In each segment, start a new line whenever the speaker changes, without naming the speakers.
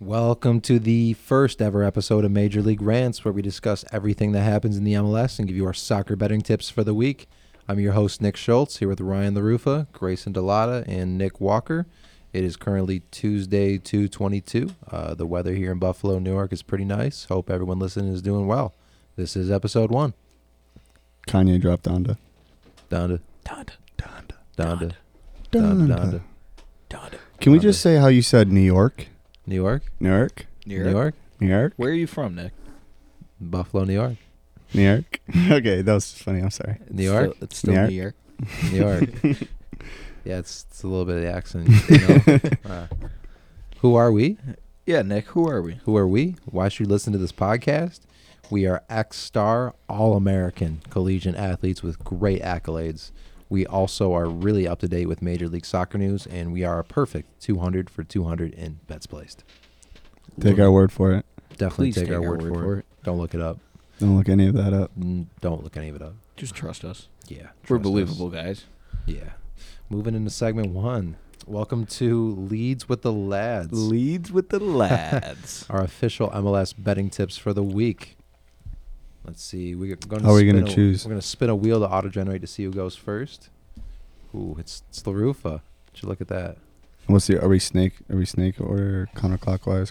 welcome to the first ever episode of Major League Rants, where we discuss everything that happens in the MLS and give you our soccer betting tips for the week. I'm your host, Nick Schultz, here with Ryan LaRufa, Grayson Delata, and Nick Walker. It is currently Tuesday, 222. Uh, the weather here in Buffalo, New York is pretty nice. Hope everyone listening is doing well. This is episode one.
Kanye dropped Donda.
Donda,
Donda,
Donda.
Donda, Donda, Donda.
Donda.
Can we
Donda.
just say how you said New York?
New York,
New York?
New York,
New York?
Where are you from, Nick?
Buffalo, New York,
New York? okay, that was funny. I'm sorry.
New York?
Still, it's still
New
New
York.
York.
New York. yeah, it's, it's a little bit of the accent. You know? Uh, who are we?
Yeah, Nick. Who are we?
Who are we? Why should you listen to this podcast? We are ex star All American collegiate athletes with great accolades. We also are really up to date with Major League Soccer news, and we are a perfect 200 for 200 in bets placed.
Take our word for it.
Definitely
Please
take, our, word, for, it. Don't look it up.
Don't look any of that up.
Mm, Don't look any of it up.
Just trust us.
Yeah.
We're
trust us.
believable, guys.
Yeah. Moving into segment one. Welcome to Leads with the Lads.
Leads with the lads.
our official MLS betting tips for the week. Let's see. We're going to
How are we
spin
gonna
a-
choose?
We're going to spin a wheel to auto generate to see who goes first. Ooh, it's it's Larufa. Should look at that.
What's the? Are we snake? Are we snake order? Or counterclockwise?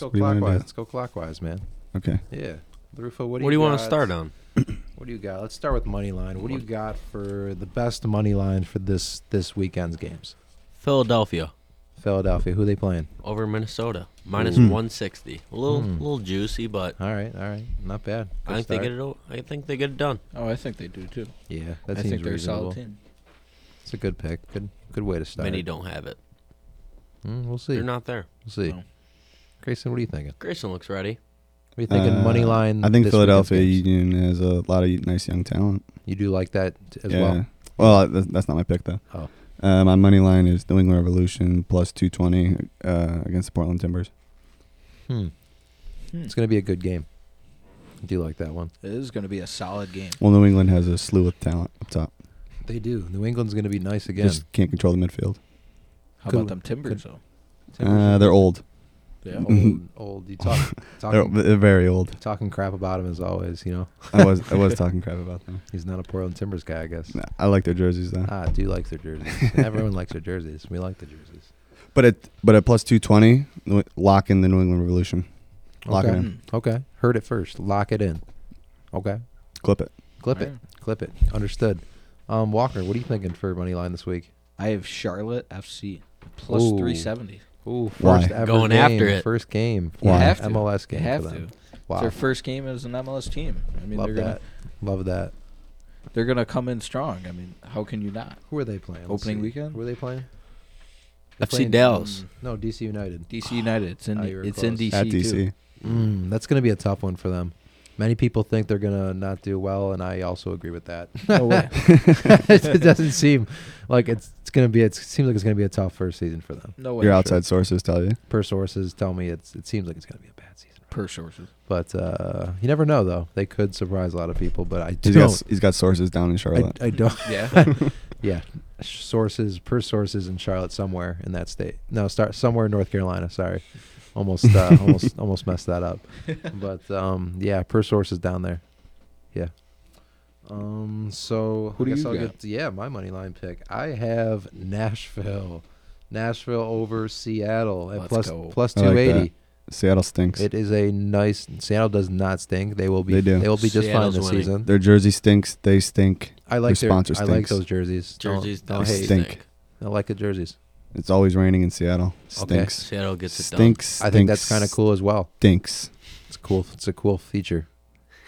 Let's go
What do you wanna do?
clockwise. Let's go clockwise, man.
Okay.
Yeah, Larufa. What
What
do
do,
you
you
got?
want to start on?
What do you got? Let's start with money line. What do you got for the best money line for this this weekend's games?
Philadelphia
Philadelphia. Who they playing?
over Minnesota minus
Hmm.
160. A little
Hmm.
little juicy, but
All right, all right, not bad. Good
I think
start.
they get it. o- I think they get it done.
oh, I think they do too.
Yeah, that
I
seems
think they're
reasonable.
a solid team.
It's a good pick. Good good way to start.
Many don't have it.
Mm, we'll see.
They're not there.
We'll see.
No.
Grayson, what are you thinking?
Grayson looks ready.
What are you thinking?
Uh,
money line.
I think
this weekend's
Philadelphia
games?
Union has a lot of nice young talent.
You do like that t- as
yeah.
well.
Well, th- that's not my pick though.
Oh.
Uh, my money line is New England Revolution plus 220 uh, against the Portland Timbers.
Hmm.
Hmm.
It's going to be a good game. I do like that one.
It is going to be a solid game.
Well, New England has a slew of talent up top.
They do. New England's going to be nice again.
Just can't control the midfield.
How
Could- Mm-hmm.
about them Timbers though?
Uh, they're old.
Yeah.
old, old. You talk,
They're,
talking,
they're very old.
talking crap about him as always. You know,
I was I was talking crap about them.
he's not a Portland Timbers guy, I guess.
Nah, I like their jerseys though.
Ah, I do like their jerseys. Everyone likes their jerseys. We like the jerseys.
But at but at plus two twenty, lock in the New England Revolution. Lock it
Okay. Hmm.
in.
Okay, heard it first. Lock it in. Okay,
Clip it.
clip it. Clip it. Understood. Um, Walker, what are you thinking for money line this week?
I have Charlotte FC plus
Ooh.
370.
Ooh,
Why?
first ever
Going
game,
after it.
First game.
You
for
have to.
MLS game
They have
for
to.
them.
It's
Wow.
their first game as an MLS team. I mean,
Love
they're gonna
that. Love that.
they're gonna come in strong. I mean, how can you not?
Who are they playing? Let's
Opening
see.
weekend?
Who are they playing?
FC Dallas.
Mm, no, DC United.
DC United. It's in
Oh,
the-
you were
it's in
close.
DC
at
too.
DC.
Mm, that's going to be a tough one for them. Many people think they're going to not do well, and I also agree with that.
No way.
it doesn't seem like it's, it's going to be, it seems like it's going to be a tough first season for them.
No way.
Your outside sources tell you.
Per sources tell me it's, it seems like it's going to be a bad season.
per sources.
But uh, you never know, though. They could surprise a lot of people, but I
He's got
don't.
he's got sources down in
I,
Charlotte.
I don't.
Yeah.
Yeah, sh- sources per sources in Charlotte somewhere in that state. No, start somewhere in North Carolina. Sorry, almost uh, almost almost messed that up. But um, yeah, per sources down there. Yeah. Um. So
Who
I
do
guess
you
I'll
got?
get yeah my money line pick. I have Nashville, Nashville over Seattle at
Let's
plus
go.
I like
two eighty.
Seattle stinks.
it is a nice. Seattle does not stink. They will be.
They do.
will be just
Seattle's
fine this
winning.
season.
Their jersey stinks. They stink.
I like their.
sponsor
I like
stinks.
those jerseys. Don't-
Jerseys
don't,
don't
hate.
stink.
Stink.
I like the jerseys.
It's always raining in Seattle.
Okay.
Stinks.
Seattle gets it
Stinks. stinks.
I think that's kind of cool as well.
Stinks.
It's cool. It's a cool feature.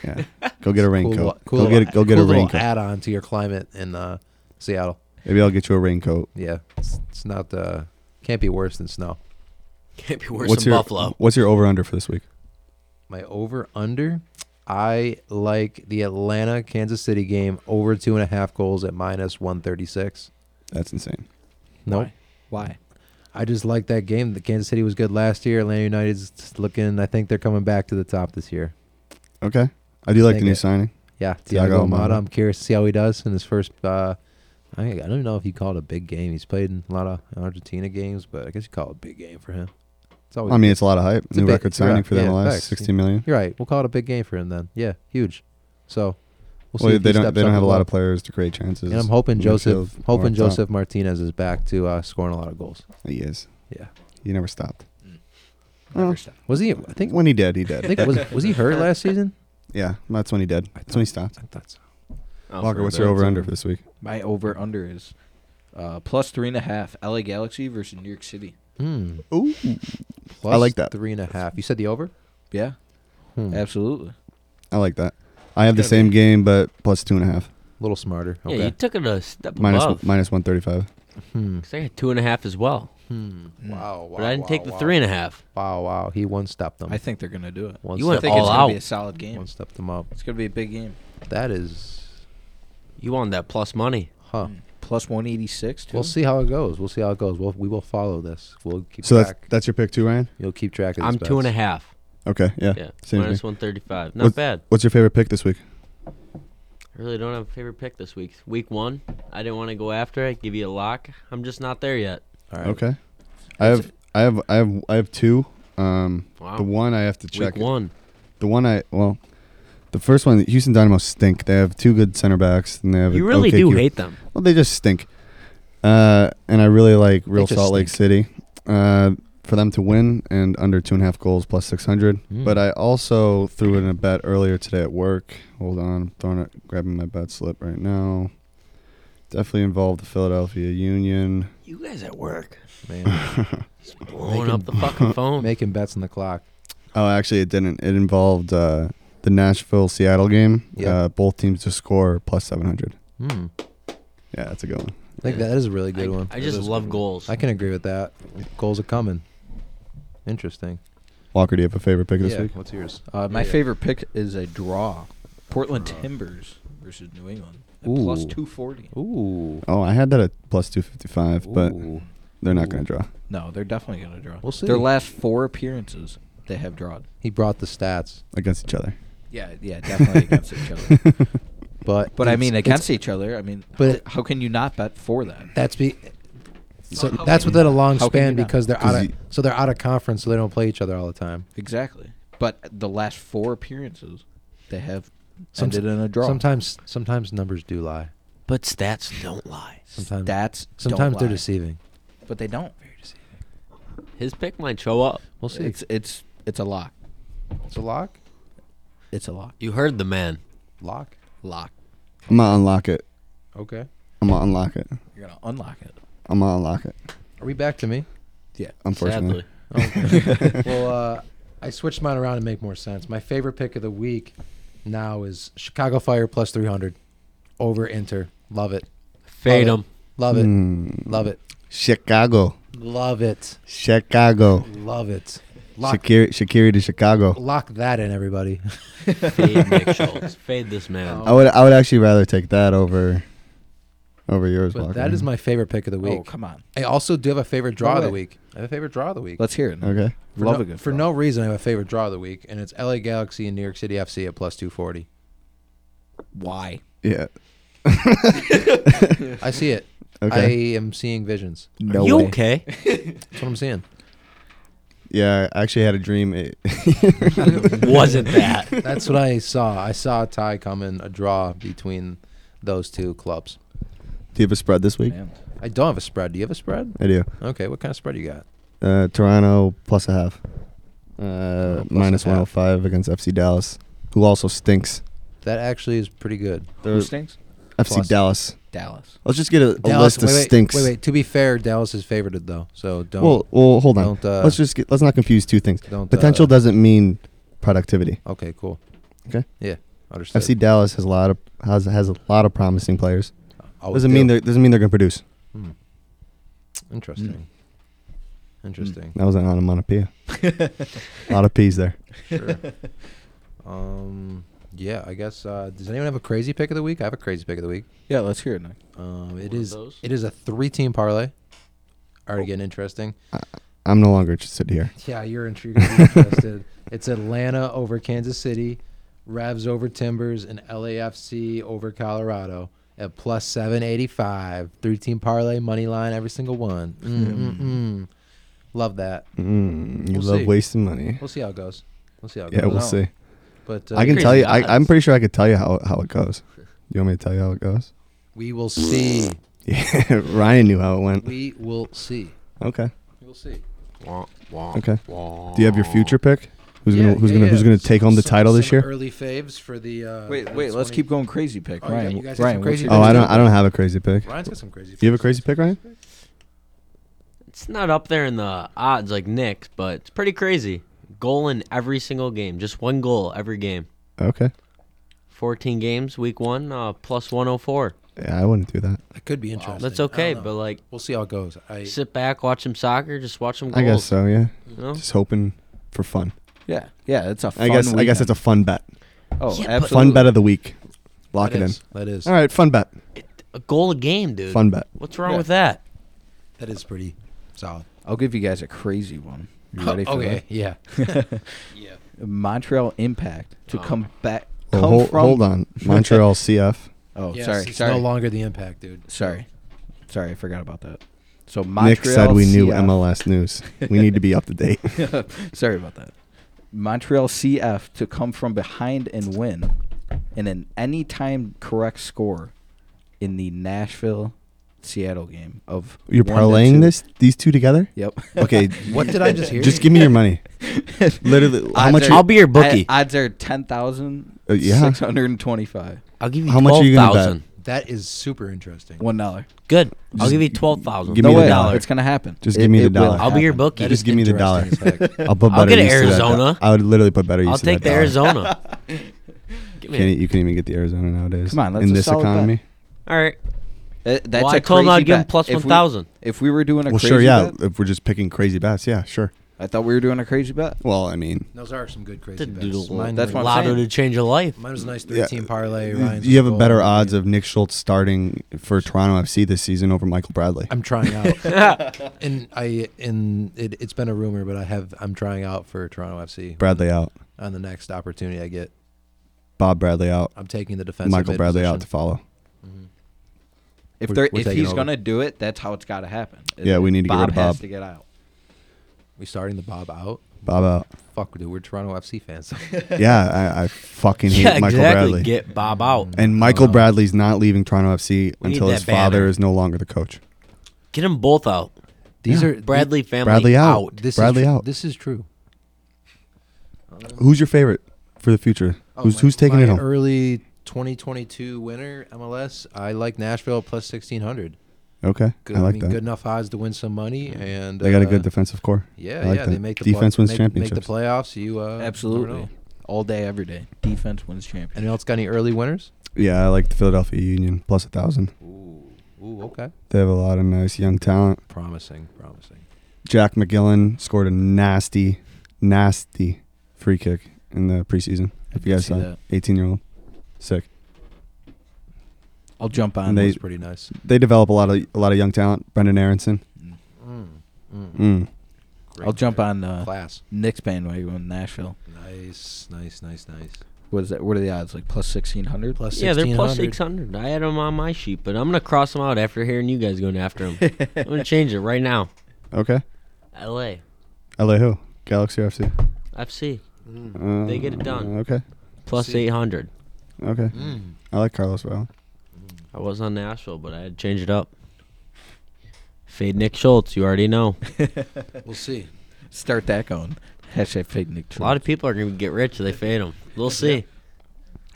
Yeah. Go get a
Cool,
raincoat.
cool
Go get a, go get a
cool little
raincoat.
Add-on to your climate in uh, Seattle.
Maybe I'll get you a raincoat.
Yeah, it's, it's not. Uh, can't be worse than snow.
done. Can't be worse
what's
than
your
Buffalo.
What's your over under for this week?
My over under. I like the Atlanta Kansas City game over two and a half goals at minus one thirty six.
That's insane.
Nope.
Why? Why?
I just like that game. The Kansas City was good last year. Atlanta United's looking. I think they're coming back to the top this year.
Okay. I do like
Dang
the new
it.
signing.
Yeah,
Thiago
Thiago Amada.
Almada.
I'm curious to see how he does in his first. Uh, I I don't know if you call it a big game. He's played in a lot of Argentina games, but I guess you call it a big game for him. It's always
I mean, it's a lot of hype.
It's a
New
big-
record signing for them
yeah,
last
facts.
sixty million.
you're right. We'll call it a big game for him then. Yeah, huge. So we'll see.
Well,
if
they
he
don't
steps
they don't
up
have a
as
lot
well.
of players to create chances.
And I'm hoping
Midfield
Joseph,
or
hoping
up
Joseph Martinez is back to uh, scoring a lot of goals.
top. He is.
Yeah.
He never stopped.
Never
Well,
stop.
Was he? I think.
when he did, he did.
I think was was he hurt last season?
yeah, that's when he did. That's when he stopped.
I thought so.
Oh,
Walker,
for
what's
the-
your over under for this week?
My over under is uh, plus three and a half. LA Galaxy versus New York City.
Hmm.
Ooh,
Plus
like that.
Three and a half. You said the over.
Yeah,
Hmm. A
absolutely.
I like that. I have the
Gotta
same game, but plus two and a half,
little smarter.
Yeah,
Okay.
you took it a step
minus
above.
minus one thirty five.
Hmm.
'Cause I had two and a half as well,
Hmm. Wow, wow.
but I didn't
wow,
take the
wow.
three and a half.
Wow, wow. He one stepped them.
I think they're gonna do it.
one
You went
I think
all
it's gonna be
out.
a solid
One
game.
stepped them up.
It's gonna be a big game.
That is,
You won that plus money.
huh.
Hmm. Plus one eighty six.
Oh. We'll see how it goes. We'll see how it goes. We'll, we will follow this. We'll keep
So that's
track.
that's your pick too, Ryan.
You'll keep track of.
I'm
these
two and a
bets.
half.
Okay, yeah.
Yeah,
same
minus
thing.
one thirty five. Not
What's-
bad.
What's your favorite pick this week?
I really don't have a favorite pick this week. Week one, I didn't want to go after it. Give you a lock. I'm just not there yet.
All right.
Okay, I have I have I have I have two. Um,
Wow.
the one I have to
Oh. week
check.
one.
The one I well, the first one, Houston Dynamo stink. They have two good center backs, and they have
You
a
really
okay
do
keeper.
hate them.
Well, they just stink. Uh, and I really like Real
just
Salt Lake City. Uh, for them to win and under two and a half goals plus six hundred.
Hmm.
Mm.
But uh, I also threw in a bet earlier today at work. Hold on, I'm throwing it, grabbing my bet slip right now. Definitely involved the Philadelphia Union.
You guys at work
Man,
just blowing
Making-
up the fucking phone.
making bets on the clock.
Oh, actually, it didn't. It involved uh, the Nashville Seattle game.
Yeah.
Uh, both teams to score plus seven hundred.
Hmm.
Yeah, that's a good one.
I think that is a really good
I,
one.
I just
That is a
love
good one.
goals.
I can agree with that. Goals are coming. Interesting.
Walker, do you have a favorite pick this
yeah.
week?
What's yours? Uh,
My
yeah, yeah.
favorite pick is a draw. Portland Timbers versus New England. at Plus
Ooh.
two forty.
Ooh.
Oh, I had that at plus two fifty five, but
Ooh.
they're not
Ooh.
going to draw.
No, they're definitely gonna draw.
We'll see.
Their last four appearances, they have drawn.
He brought the stats,
against each other.
Yeah, yeah, definitely against each other.
but
But I
it's-
mean,
it's-
against each other. I mean,
But
how-
it-
how can you not bet for that?
That's be. So
how
that's
can
within a long
how can
span
you not?
because they're
'Cause
out of
you-
so they're out of conference, so they don't play each other all the time.
Exactly. But the last four appearances, they have
Some-
ended in a draw.
Sometimes, sometimes numbers do lie.
but stats don't lie.
Sometimes,
that's
sometimes they're
lie.
deceiving.
but they don't.
His pick might show up.
We'll see.
It's it's it's a lock.
It's a lock.
It's a lock.
You heard the man.
Lock.
Lock.
I'm gonna unlock it.
Okay.
I'm gonna unlock it.
You're gonna unlock it.
I'm gonna unlock it.
Are we back to me?
Unfortunately,
Sadly,
Okay. well, uh, I switched mine around to make more sense. My favorite pick of the week now is Chicago Fire plus three hundred over Inter. Love it.
fade
Love
him.
it. Love it.
Hmm.
Mm.
Love it.
Chicago,
Love it.
Chicago,
Love it. Lock.
Shakiri, Shakiri to Chicago.
Lock that in, everybody.
Fade Nick Schultz. Fade this man.
I would, I would actually rather take that over, over yours.
But
Walker.
that is my favorite pick of the week.
Oh come on.
I also do have a favorite draw of the
way.
week. I have a favorite draw of the week.
Let's hear it.
okay.
for
Love
no,
a good
for
draw.
no reason, I have a favorite draw of the week, and it's LA Galaxy and New York City FC at plus 240.
Why?
Yeah.
I see it.
Okay.
I am seeing visions.
Oh.
no
you
way.
okay?
That's what I'm seeing.
Yeah, I actually had a dream. It,
Wasn't that?
That's what I saw. I saw a tie coming, a draw between those two clubs.
do you have a spread this week?
Man.
I don't have a spread. Do you have a spread?
I do.
Okay, what kind of spread you got?
Uh, Toronto plus a half. Uh,
Oh, plus a
minus
half.
105 against FC Dallas, who also stinks.
That actually is pretty good.
Who stinks?
FC
Plus.
Dallas.
Dallas.
Let's just get a, a
Dallas
list of
wait, wait,
stinks.
Wait, wait. To be fair, Dallas is favored though, so don't
Well, well, hold on.
don't. Uh,
let's just get, let's not confuse two things.
don't
Potential
uh,
doesn't mean productivity.
Okay, cool.
Okay.
Yeah, understood.
FC Dallas has a lot of has has a lot of promising players.
Always
Doesn't
do.
mean they are doesn't mean they're gonna produce.
Hmm. Interesting. Hmm. Interesting.
That was an onomatopoeia. a lot of P's there.
Sure. Um. Yeah, I guess. Uh, does anyone have a crazy pick of the week? I have a crazy pick of the week.
Yeah, let's hear it. Nick.
Um, it
One of
is.
those?
It is a three-team parlay. Already getting interesting.
I'm no longer interested here.
Oh. Yeah, you're intrigued. interested. It's Atlanta over Kansas City, Revs over Timbers, and LAFC over Colorado at plus seven eighty-five. Three-team parlay money line, every single one. Mm, mm, mm. Love that.
Mm, you
We'll
love
see.
wasting money.
We'll see how it goes. We'll see how it
Yeah,
goes.
we'll
I don't-
see.
But uh,
I can
Crazy
tell you. I,
odds.
I'm pretty sure I could tell you how, how it goes. You want me to tell you how it goes?
we will see.
Yeah, Ryan knew how it went.
We will see.
Okay.
We'll see.
Okay. Do you have your future pick? Who's
Yeah,
gonna Who's
yeah,
gonna
yeah.
Who's gonna
Some-
take home the
some-
title this
some
year?
Early faves for the. Uh,
Wait,
the
wait. Let's
20
keep going. Crazy pick,
Oh, yeah,
Ryan.
you guys have
Ryan,
some
what's
crazy
your-
Oh, I don't. I don't have a crazy pick.
Ryan's got some crazy.
You have a
faves.
crazy pick, Ryan?
It's not up there in the odds like Nick's, but it's pretty crazy. Goal in every single game, just one goal every game.
Okay.
14 games, week one, uh, plus 104.
Yeah, I wouldn't do that.
That
Oh,
could be interesting.
That's
I
okay,
don't
but
know.
like,
we'll see how it goes. I
sit back, watch some soccer, just watch some goals.
I guess so. Yeah.
You know?
Just hoping for fun.
Yeah, yeah. It's a. Fun
I guess. I guess it's a fun bet.
Oh,
Yeah, but-
absolutely.
Fun bet of the week. Lock
that
it in.
is- That is.
All right. Fun bet.
A goal a game, dude.
Fun bet.
What's wrong
Yeah.
with that?
That is pretty solid.
I'll give you guys a crazy one. You ready for
okay. Yeah.
that?
Yeah.
Montreal Impact to
Oh.
come back.
Well,
come
hold,
from-
hold on. Montreal CF.
Oh,
Yes,
sorry,
It's
sorry,
no longer the impact, dude.
sorry, sorry. I forgot about that. So Montreal.
Nick said we knew
CF
MLS news. We need to be up to date.
Sorry about that. Montreal CF to come from behind and win in an anytime correct score in the Nashville Seattle game of
You're
one to two.
parlaying this these two together?
Yep.
Okay.
What did I just hear?
Just give me your money. Literally, how
Odds
much?
are-
I'll be your bookie.
I- odds are ten thousand
Uh, yeah.
six hundred and twenty-five.
I'll give you
How much are you gonna bet?
12,000.
That is super interesting.
One dollar.
Good. I'll
Just
give you 12,000.
give
no
me the
way.
dollar.
It's gonna happen.
Just give me the
will
dollar.
I'll be your
happen.
bookie.
That
Just
is
give me the dollar.
interesting as heck.
I'll put
I'll
better
get
use to that.
Arizona.
I would literally put better use
I'll
to
take
that
the
dollar.
Arizona. Give me
Can't,
it.
you can't even get the Arizona nowadays.
Come on, that's
in
a
this
solid bet.
economy.
All right.
Uh, that's
well,
a
I told him
crazy
I'd give him
bet.
plus
If we-
1,000.
If we were doing a
Well,
crazy
sure, yeah.
bet,
If we're just picking crazy bets, yeah, sure.
I thought we were doing a crazy bet.
Well, I mean,
Those are some good crazy
Did do
bets.
the-
Mine
that's
were-
what I'm
Lotto
saying.
to change your life.
Mine was a nice
Yeah.
three-team parlay. Ryan's
you have a
goal.
better odds of Nick Schultz starting for Toronto FC this season over Michael Bradley.
I'm trying out, and I and it, it's been a rumor, but I have I'm trying out for Toronto FC
Bradley out.
on the next opportunity I get.
Bob Bradley out.
I'm taking the defensive
Michael
mid
Bradley out to
position.
follow.
If
We're-
they're,
we're
if
taking
he's
over.
gonna do it, that's how it's got to happen.
Yeah, we need to get rid of
has
Bob.
to get out.
We starting the Bob out.
Bob out.
Fuck, dude, we're Toronto FC fans.
yeah, I, I fucking hate
yeah,
Michael
exactly.
Bradley.
Get Bob out.
and Michael Bradley's not leaving Toronto FC
We need
until his
that banner.
father is no longer the coach.
Get them both out.
These
Yeah.
are
Bradley family
Bradley out.
out.
This
Bradley
is, tr-
out.
This is true.
Who's your favorite for the future? who's who's taking
my
it home?
Early 2022 winner MLS. I like Nashville plus 1600.
okay,
Good,
I like
mean,
that.
good enough odds to win some money, and
They got a
uh,
good defensive core.
Yeah,
I like
yeah,
that.
they make the
Defense
play-
wins
make, Make
championships.
the playoffs. You uh, I don't
Absolutely.
know.
All day, every day. Defense wins champion.
Anyone else got any early winners?
Yeah, I like the Philadelphia Union plus a thousand.
Ooh, ooh, okay.
They have a lot of nice young talent.
Promising, promising.
Jack McGillan scored a nasty, nasty free kick in the preseason. If you
did
guys
see
saw,
that.
it. eighteen year old, sick.
I'll jump on.
And
That
they-
was pretty nice.
They develop a lot of a lot of young talent. Brendan Aronson.
Mm, mm,
Mm.
great
I'll jump on uh,
class.
Nick's bandwagon in Nashville.
Nice, nice, nice, nice.
What is that? What are the odds? Like plus sixteen hundred.
Plus
Yeah, they're plus
1600.
600. I had them on my sheet, but I'm going to cross them out after hearing you guys going after them. I'm going to change it right now.
Okay,
LA,
LA who? Galaxy FC.
FC,
Uh,
They get it done.
Okay,
plus
See.
800.
okay.
Mm.
I like Carlos Vela.
I was on Nashville, but I had to change it up. Fade Nick Schultz, you already know.
We'll see.
Start that going. Hashtag fake Nick.
A lot of people are going to get rich if they fade him. We'll see.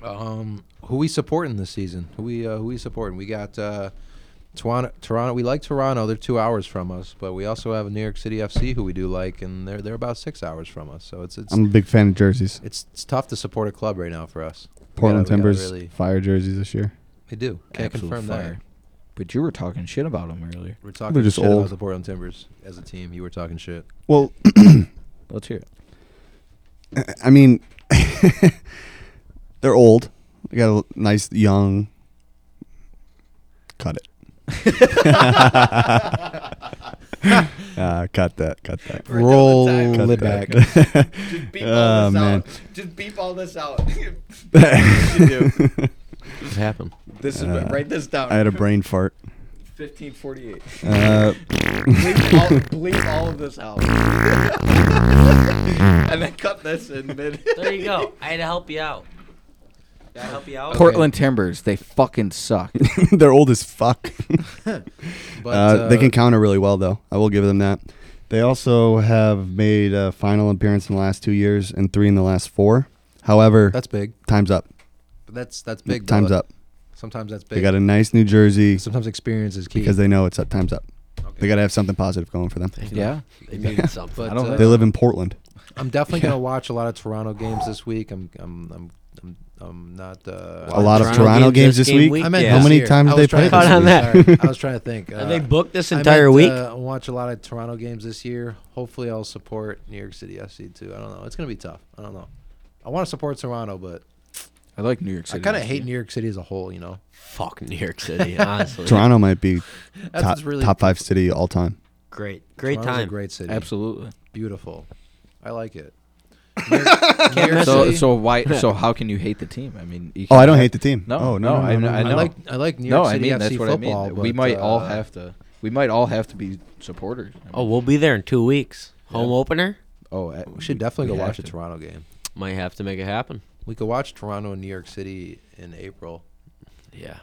Um, who we supporting this season? Who we uh, who we supporting? We got uh, Toronto. Toronto. We like Toronto. They're two hours from us, but we also have New York City FC, who we do like, and they're they're about six hours from us. So it's it's
I'm a big fan of jerseys.
it's, it's tough to support a club right now for us. we
Portland
gotta
Timbers
really-
fire jerseys this year.
We do. Can't confirm that.
But you were talking shit about him earlier.
We're talking
They're just
shit
old.
about the Portland Timbers as a team. You were talking shit.
Well,
Let's hear it.
I mean, they're old. They got a l- nice young. Cut it. uh, cut that. Cut that.
Roll
Cut
it
that.
back.
Just beep
Oh,
all this
man.
out. Just beep all this out.
What happened?
this is
Uh,
write this down.
I had a brain fart.
1548.
Uh,
bleep, all, bleep all of this out. and then cut this in mid.
There you go. I had to help you out. Did I help you out?
Portland Timbers, they fucking suck.
they're old as fuck.
But
uh, they can counter really well, though. I will give them that. They also have made a final appearance in the last two years and three in the last four. However,
That's big.
time's up.
But that's that's big.
time's
though.
up.
Sometimes that's big.
They got a nice New Jersey
Sometimes experience is key.
because they know it's up. Time's up. They got to have something positive going for them.
yeah.
They need something.
But,
I
I
don't
don't
know.
think-
They live in Portland.
I'm definitely gonna watch a lot of Toronto games this week. I'm I'm I'm I'm, I'm not. Uh,
a lot of Toronto games this
game
week.
week?
I meant
Yeah.
How
this
many
year.
times
I
they
was
play
trying
this
to
Caught
think. Sorry. I was trying to think. Uh,
Are they booked this
I
entire
meant,
week?
Uh, watch a lot of Toronto games this year. Hopefully, I'll support New York City FC too. I don't know. It's gonna be tough. I don't know. I want to support Toronto, but
I like New York
I
City.
kind of hate New York City as a whole. You know,
Fuck New York City, honestly.
Toronto might be
That's
top,
what's really
top five city all time.
Great. Great
Toronto's a
time.
great city.
Absolutely.
beautiful. I like it. New York, New York
So
City-
so why so how can you hate the team? I mean, you
Oh, I
can-
don't hate the team.
No,
oh,
no, I- I
I,
know.
like I like New York
No, I
City
mean
FC
that's what
football.
I mean.
But,
we might all
uh,
have to. We might all have to be supporters. I mean,
Oh, we'll be there in two weeks. Home
Yeah.
opener?
oh, uh,
We should definitely go
we have
watch a
to.
Toronto game.
Might have to make it happen.
We could watch Toronto and New York City in April.
Yeah.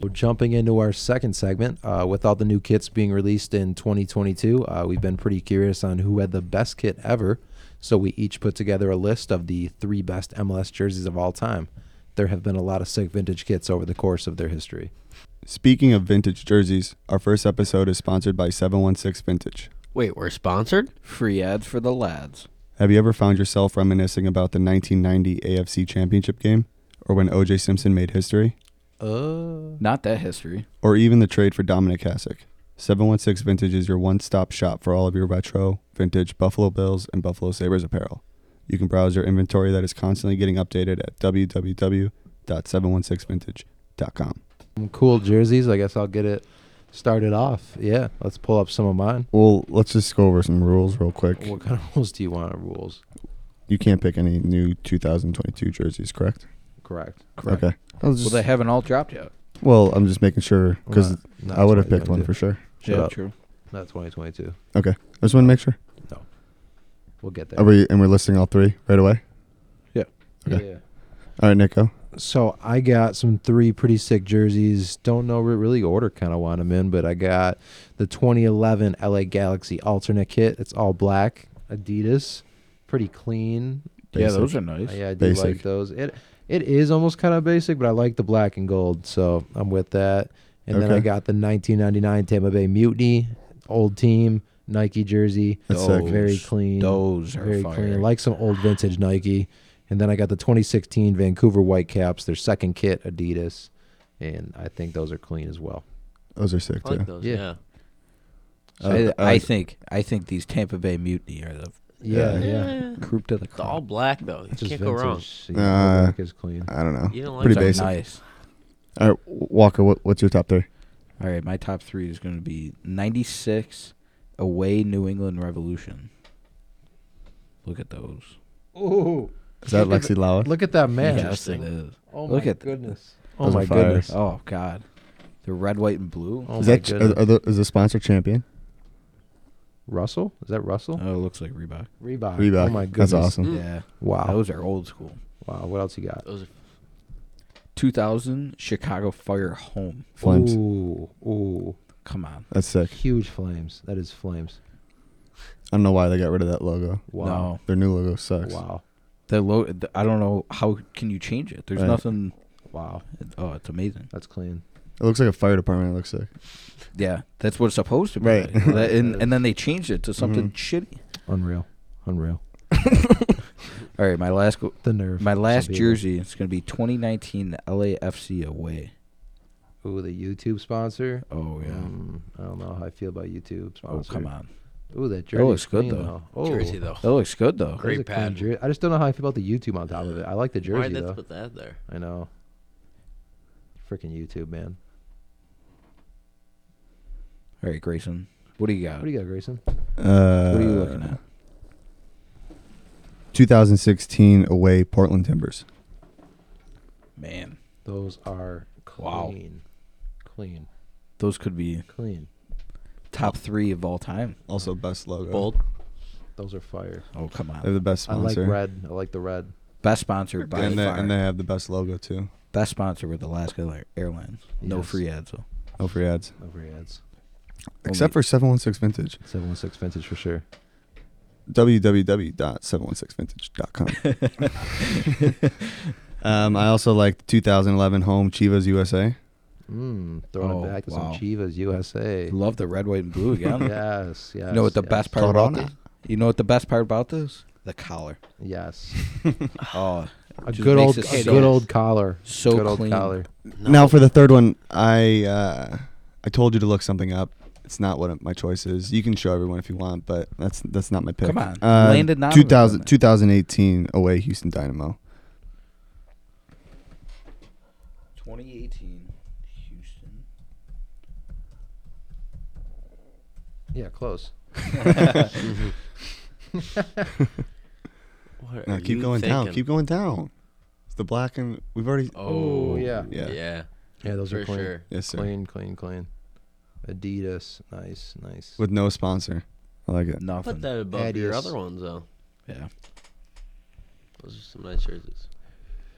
So Jumping into our second segment, uh, with all the new kits being released in 2022, uh, we've been pretty curious on who had the best kit ever. So we each put together a list of the three best MLS jerseys of all time. There have been a lot of sick vintage kits over the course of their history.
Speaking of vintage jerseys, our first episode is sponsored by 716 Vintage.
Wait, we're sponsored?
free ads for the lads.
Have you ever found yourself reminiscing about the 1990 AFC Championship game or when OJ Simpson made history
Uh,
Not that history.
or even the trade for Dominic Hasek? 716 Vintage is your one-stop shop for all of your retro, vintage Buffalo Bills and Buffalo Sabres apparel. You can browse your inventory that is constantly getting updated at www.716vintage.com.
some cool jerseys. I guess I'll get it started off. Yeah, let's pull up some of mine.
Well, let's just go over some rules real quick.
What kind of rules do you want? Rules?
You can't pick any new 2022 jerseys, correct?
Correct.
Okay. I was
Well,
just-
they haven't all dropped yet.
well, I'm just making sure because
Not
I would have picked
2022.
one for sure.
Shut up.
true.
Not 2022.
I just want to make sure.
We'll get there.
Are we and we're listing all three right away? okay.
Yeah.
All right, Nico.
So I got some three pretty sick jerseys. Don't know re- really order kind of want them in, but I got the 2011 LA Galaxy alternate kit. It's all black Adidas, pretty clean.
Yeah,
Basic.
those are nice.
Yeah, I do like
Basic.
those. It it is almost kind of basic, but I like the black and gold, so I'm with that. And then I
Okay.
got the 1999 Tampa Bay Mutiny, old team Nike jersey. Oh,
That's sick.
Very clean.
Those are
very
fire.
clean. Like some old vintage Nike. And then I got the 2016 Vancouver Whitecaps, their second kit Adidas, and I think those are clean as well.
Those are sick
I
too.
like those.
Yeah.
Yeah.
I,
Uh,
I
uh,
think I think these Tampa Bay Mutiny are the
Yeah, yeah.
croup to the
It's all
crop.
black though. You
Just
can't go wrong.
vintage, you know,
Uh,
black is clean.
I don't know.
You don't like
Pretty
that.
basic.
nice.
All right, Walker. What, what's your top three?
All right, my top three is going to be '96 away New England Revolution. Look at those.
Ooh,
Is that Lexi Lauer?
look at that man!
Yes, it
Interesting.
is.
Oh
Look
my
at th-
goodness! Oh
Those are
my
fire.
goodness!
Oh God, the red, white, and blue.
Oh
is
my
that ch-
goodness.
are, are the, is the sponsor champion?
Russell? Is that Russell?
Oh, it looks like Reebok.
Reebok.
Reebok.
Oh my goodness.
That's awesome.
Mm.
Yeah,
Wow.
those are old school.
Wow. What else you got?
Those are
2000 Chicago Fire home.
Flames.
Ooh. Ooh.
Come on.
That's sick.
Huge flames. That is flames.
I don't know why they got rid of that logo.
Wow.
Their new logo sucks.
Wow.
The lo- the, I don't know how can you change it. There's
Right.
nothing.
Wow.
Oh, it's amazing.
That's clean.
It looks like a fire department. It looks sick.
Yeah, that's what it's supposed to be.
Right.
like. That- and, and then they changed it to something
Mm-hmm.
shitty.
Unreal. Unreal.
All right, my last go-
The nerve.
my
of some
last
people.
jersey is going to be 2019 LAFC away.
Ooh, the YouTube sponsor.
Oh
Um, I don't know how I feel about YouTube
Oh
sponsor.
come on.
Ooh, that jersey.
That looks good,
clean,
though.
Oh.
jersey though.
That looks good though.
that is
Great
a clean
pad.
jer- I just don't know how I feel about the YouTube on top of it. I like the
Why
jersey
did they
though.
put that there?
I know. Freaking YouTube, man.
All right, Grayson. What do you got?
What do you got, Grayson?
Uh,
What are you looking at?
2016 away Portland Timbers.
Man,
Those are
Wow.
clean. Clean.
Those could be
Clean.
top three of all time.
Also, best logo.
Bold.
Those are fire.
Oh come
They're
on!
the best
I like
sponsor.
red. I like the red.
Best sponsored by
and, they,
far.
and they have the best logo too.
Best sponsored with Alaska Air- Airlines. No
Yes.
free ads. though.
No free ads.
Over ads.
Except for 716 Vintage.
716 vintage for sure.
www.716vintage.com. um, I also like the 2011 home Chivas USA.
Mm, throwing
Oh,
it back to
wow.
some Chivas USA.
Love the red, white, and blue again.
yes, yes.
You know what the
yes,
best part about
Corona.
this? You know what the best part about this? The collar.
Yes.
Oh,
A
Just
good
makes
old,
it
a
so-
good old collar.
so
good old
clean.
collar.
Now for the third one, I uh, I told you to look something up. It's not what my choice is. You can show everyone if you want, but that's that's not my pick.
Come on.
uh,
Landon Donovan,
2000,
man.
2018 away Houston Dynamo.
2018 Houston.
Yeah, close.
What
No,
are
keep
you
going down.
thinking?
Keep going down. It's the black and we've already.
Oh
Ooh, yeah.
Yeah.
Yeah.
Yeah, those
For
are clean.
sure.
Yes, sir.
Clean, clean, clean. Adidas. Nice, nice.
With no sponsor. I like it.
Nothing.
Put that above your
Adidas.
other ones though.
yeah.
Those are some nice jerseys.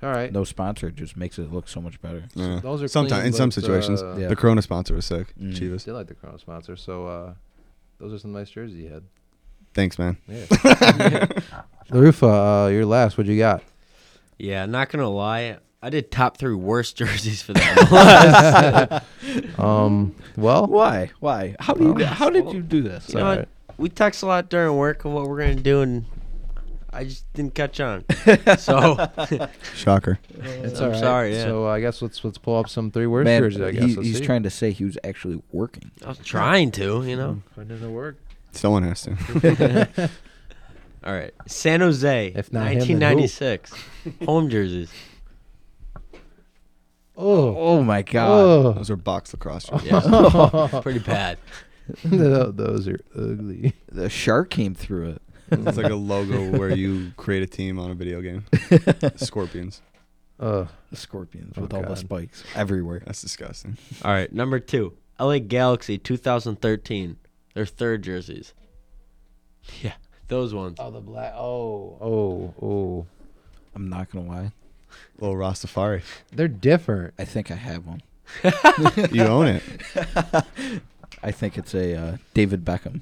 All right.
No sponsor just makes it look so much better.
Yeah.
Those are
Sometimes
clean,
in some
but,
situations,
uh,
Yeah.
the Corona sponsor was sick.
Mm.
I
Chivas.
still like the Corona sponsor. So uh, those are some nice jerseys you had.
Thanks, man.
Yeah. Larufa, uh, you're last. What you got?
Yeah, not gonna lie. I did top three worst jerseys for that.
Um, well,
Why? Why? How do you? how did you do this?
you know what? We text a lot during work of what we're gonna do, and I just didn't catch on. so
Shocker.
it's
I'm sorry, yeah.
So uh, I guess let's let's pull up some three worst
Man,
jerseys. I guess
he-
Let's
he's
see.
trying to say he was actually working.
I was trying to, you know.
It doesn't work.
Someone has to.
All right, San Jose,
If not him, then who?
1996, home jerseys.
Oh,
Oh my god!
oh.
Those are box lacrosse. jerseys.
Yeah, pretty bad.
Tho- those are ugly.
The shark came through it.
It's like a logo where you create a team on a video game. Scorpions.
Ugh.
The scorpions
Oh,
with all the
God.
spikes everywhere.
That's disgusting.
All right, number two, LA Galaxy, 2013, their third jerseys. Yeah, those ones.
Oh, the black. Oh, oh, oh.
I'm not gonna lie.
Little Rastafari.
They're different.
I think I have one.
You own it.
I think it's a uh, David Beckham.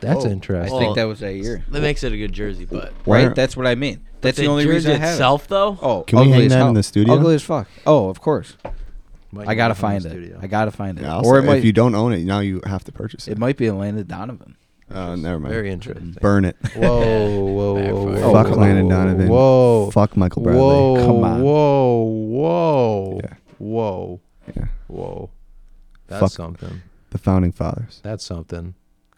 That's
Oh,
I
interesting.
Oh.
think that was that year.
That makes it a good jersey, but
Why
Right?
aren't-
That's what I mean. That's the, only
jersey
reason I have it.
itself, though.
Oh,
Can we
ugly
hang
as
that in
hell.
the studio?
Ugly as fuck. Oh, of course.
Might
I
be
gotta
up in the
find it.
studio.
I gotta find it.
Yeah, I'll
or it
say-
might,
if you don't own it, now you have to purchase
it
it.
might be a Landon Donovan.
Uh, never mind.
Very interesting.
Burn it.
Whoa, whoa, whoa,
Backfire.
whoa,
Fuck
whoa,
Landon Donovan.
Whoa,
Fuck Michael Bradley.
whoa,
Come on.
whoa, whoa,
Yeah.
whoa,
Yeah.
whoa. That's
Fuck.
something.
The founding fathers.
That's something.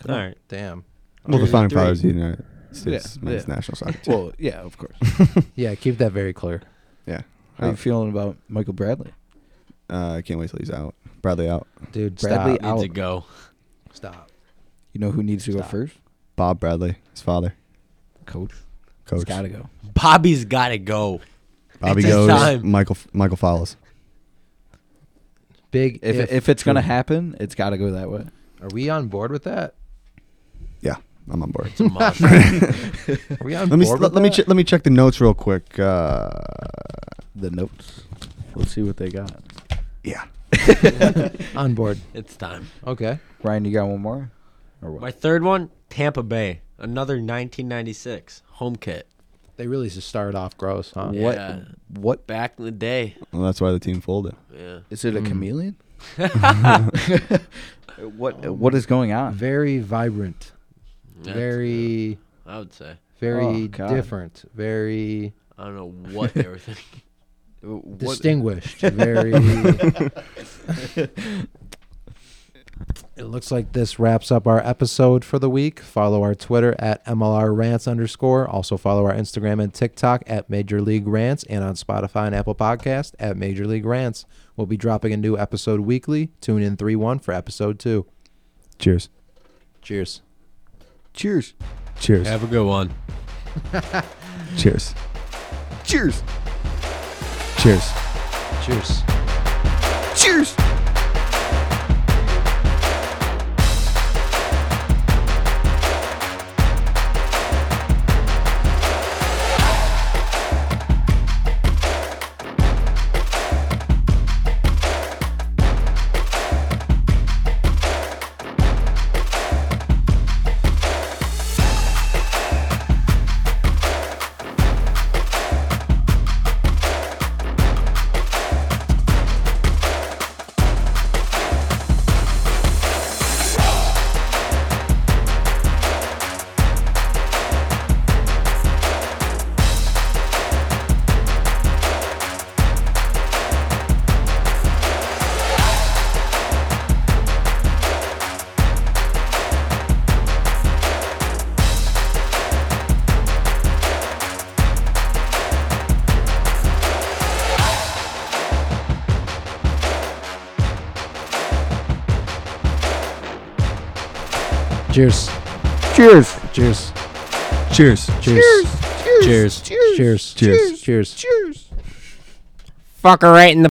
Oh,
All right,
Damn.
Well, the
Alright.
founding
Three.
fathers of the United States
Yeah,
men's
yeah.
national soccer team.
Well, yeah, of course.
Yeah, keep that very clear.
Yeah.
How are you feeling about Michael Bradley?
Uh, I can't wait till he's out. Bradley out.
Dude,
Bradley
needs to
out.
go.
stop.
You know who needs to go
Stop.
first?
Bob Bradley, his father,
Coach.
coach.
He's gotta go.
Bobby's got to go.
Bobby
It's his
goes.
time.
Michael Michael follows.
Stop. Big
If if, it's gonna happen, it's gotta go that way.
Are we on board with that?
Yeah, I'm on board.
Must.
Are we on
Let me
board
let,
with
let me
that?
che- let me check the notes real quick. Uh,
The notes. Let's see what they got.
yeah,
on board.
it's time.
Okay.
Ryan, you got one more? Or what?
My third one, Tampa Bay, another 1996 home kit.
They really just started off gross, huh?
Yeah.
What what
Back in the day.
well, that's why the team folded.
Yeah.
is it a chameleon? what what is going on?
Very vibrant.
That's-
very,
I would say.
very
Oh, God.
different. Very
I don't know what they were thinking.
What-
distinguished. Very. it looks like this wraps up our episode for the week. Follow our Twitter at MLR Rants underscore. Also follow our Instagram and TikTok at Major League Rants and on Spotify and Apple Podcast at Major League Rants. We'll be dropping a new episode weekly. Tune in 3 1 for episode 2.
Cheers.
Cheers.
Cheers.
Cheers.
Have a good one.
Cheers. Cheers.
Cheers.
Cheers.
Cheers.
Cheers.
Cheers.
Cheers.
Cheers.
Cheers. Cheers. Cheers. Cheers.
Cheers.
Cheers.
Fucker right in the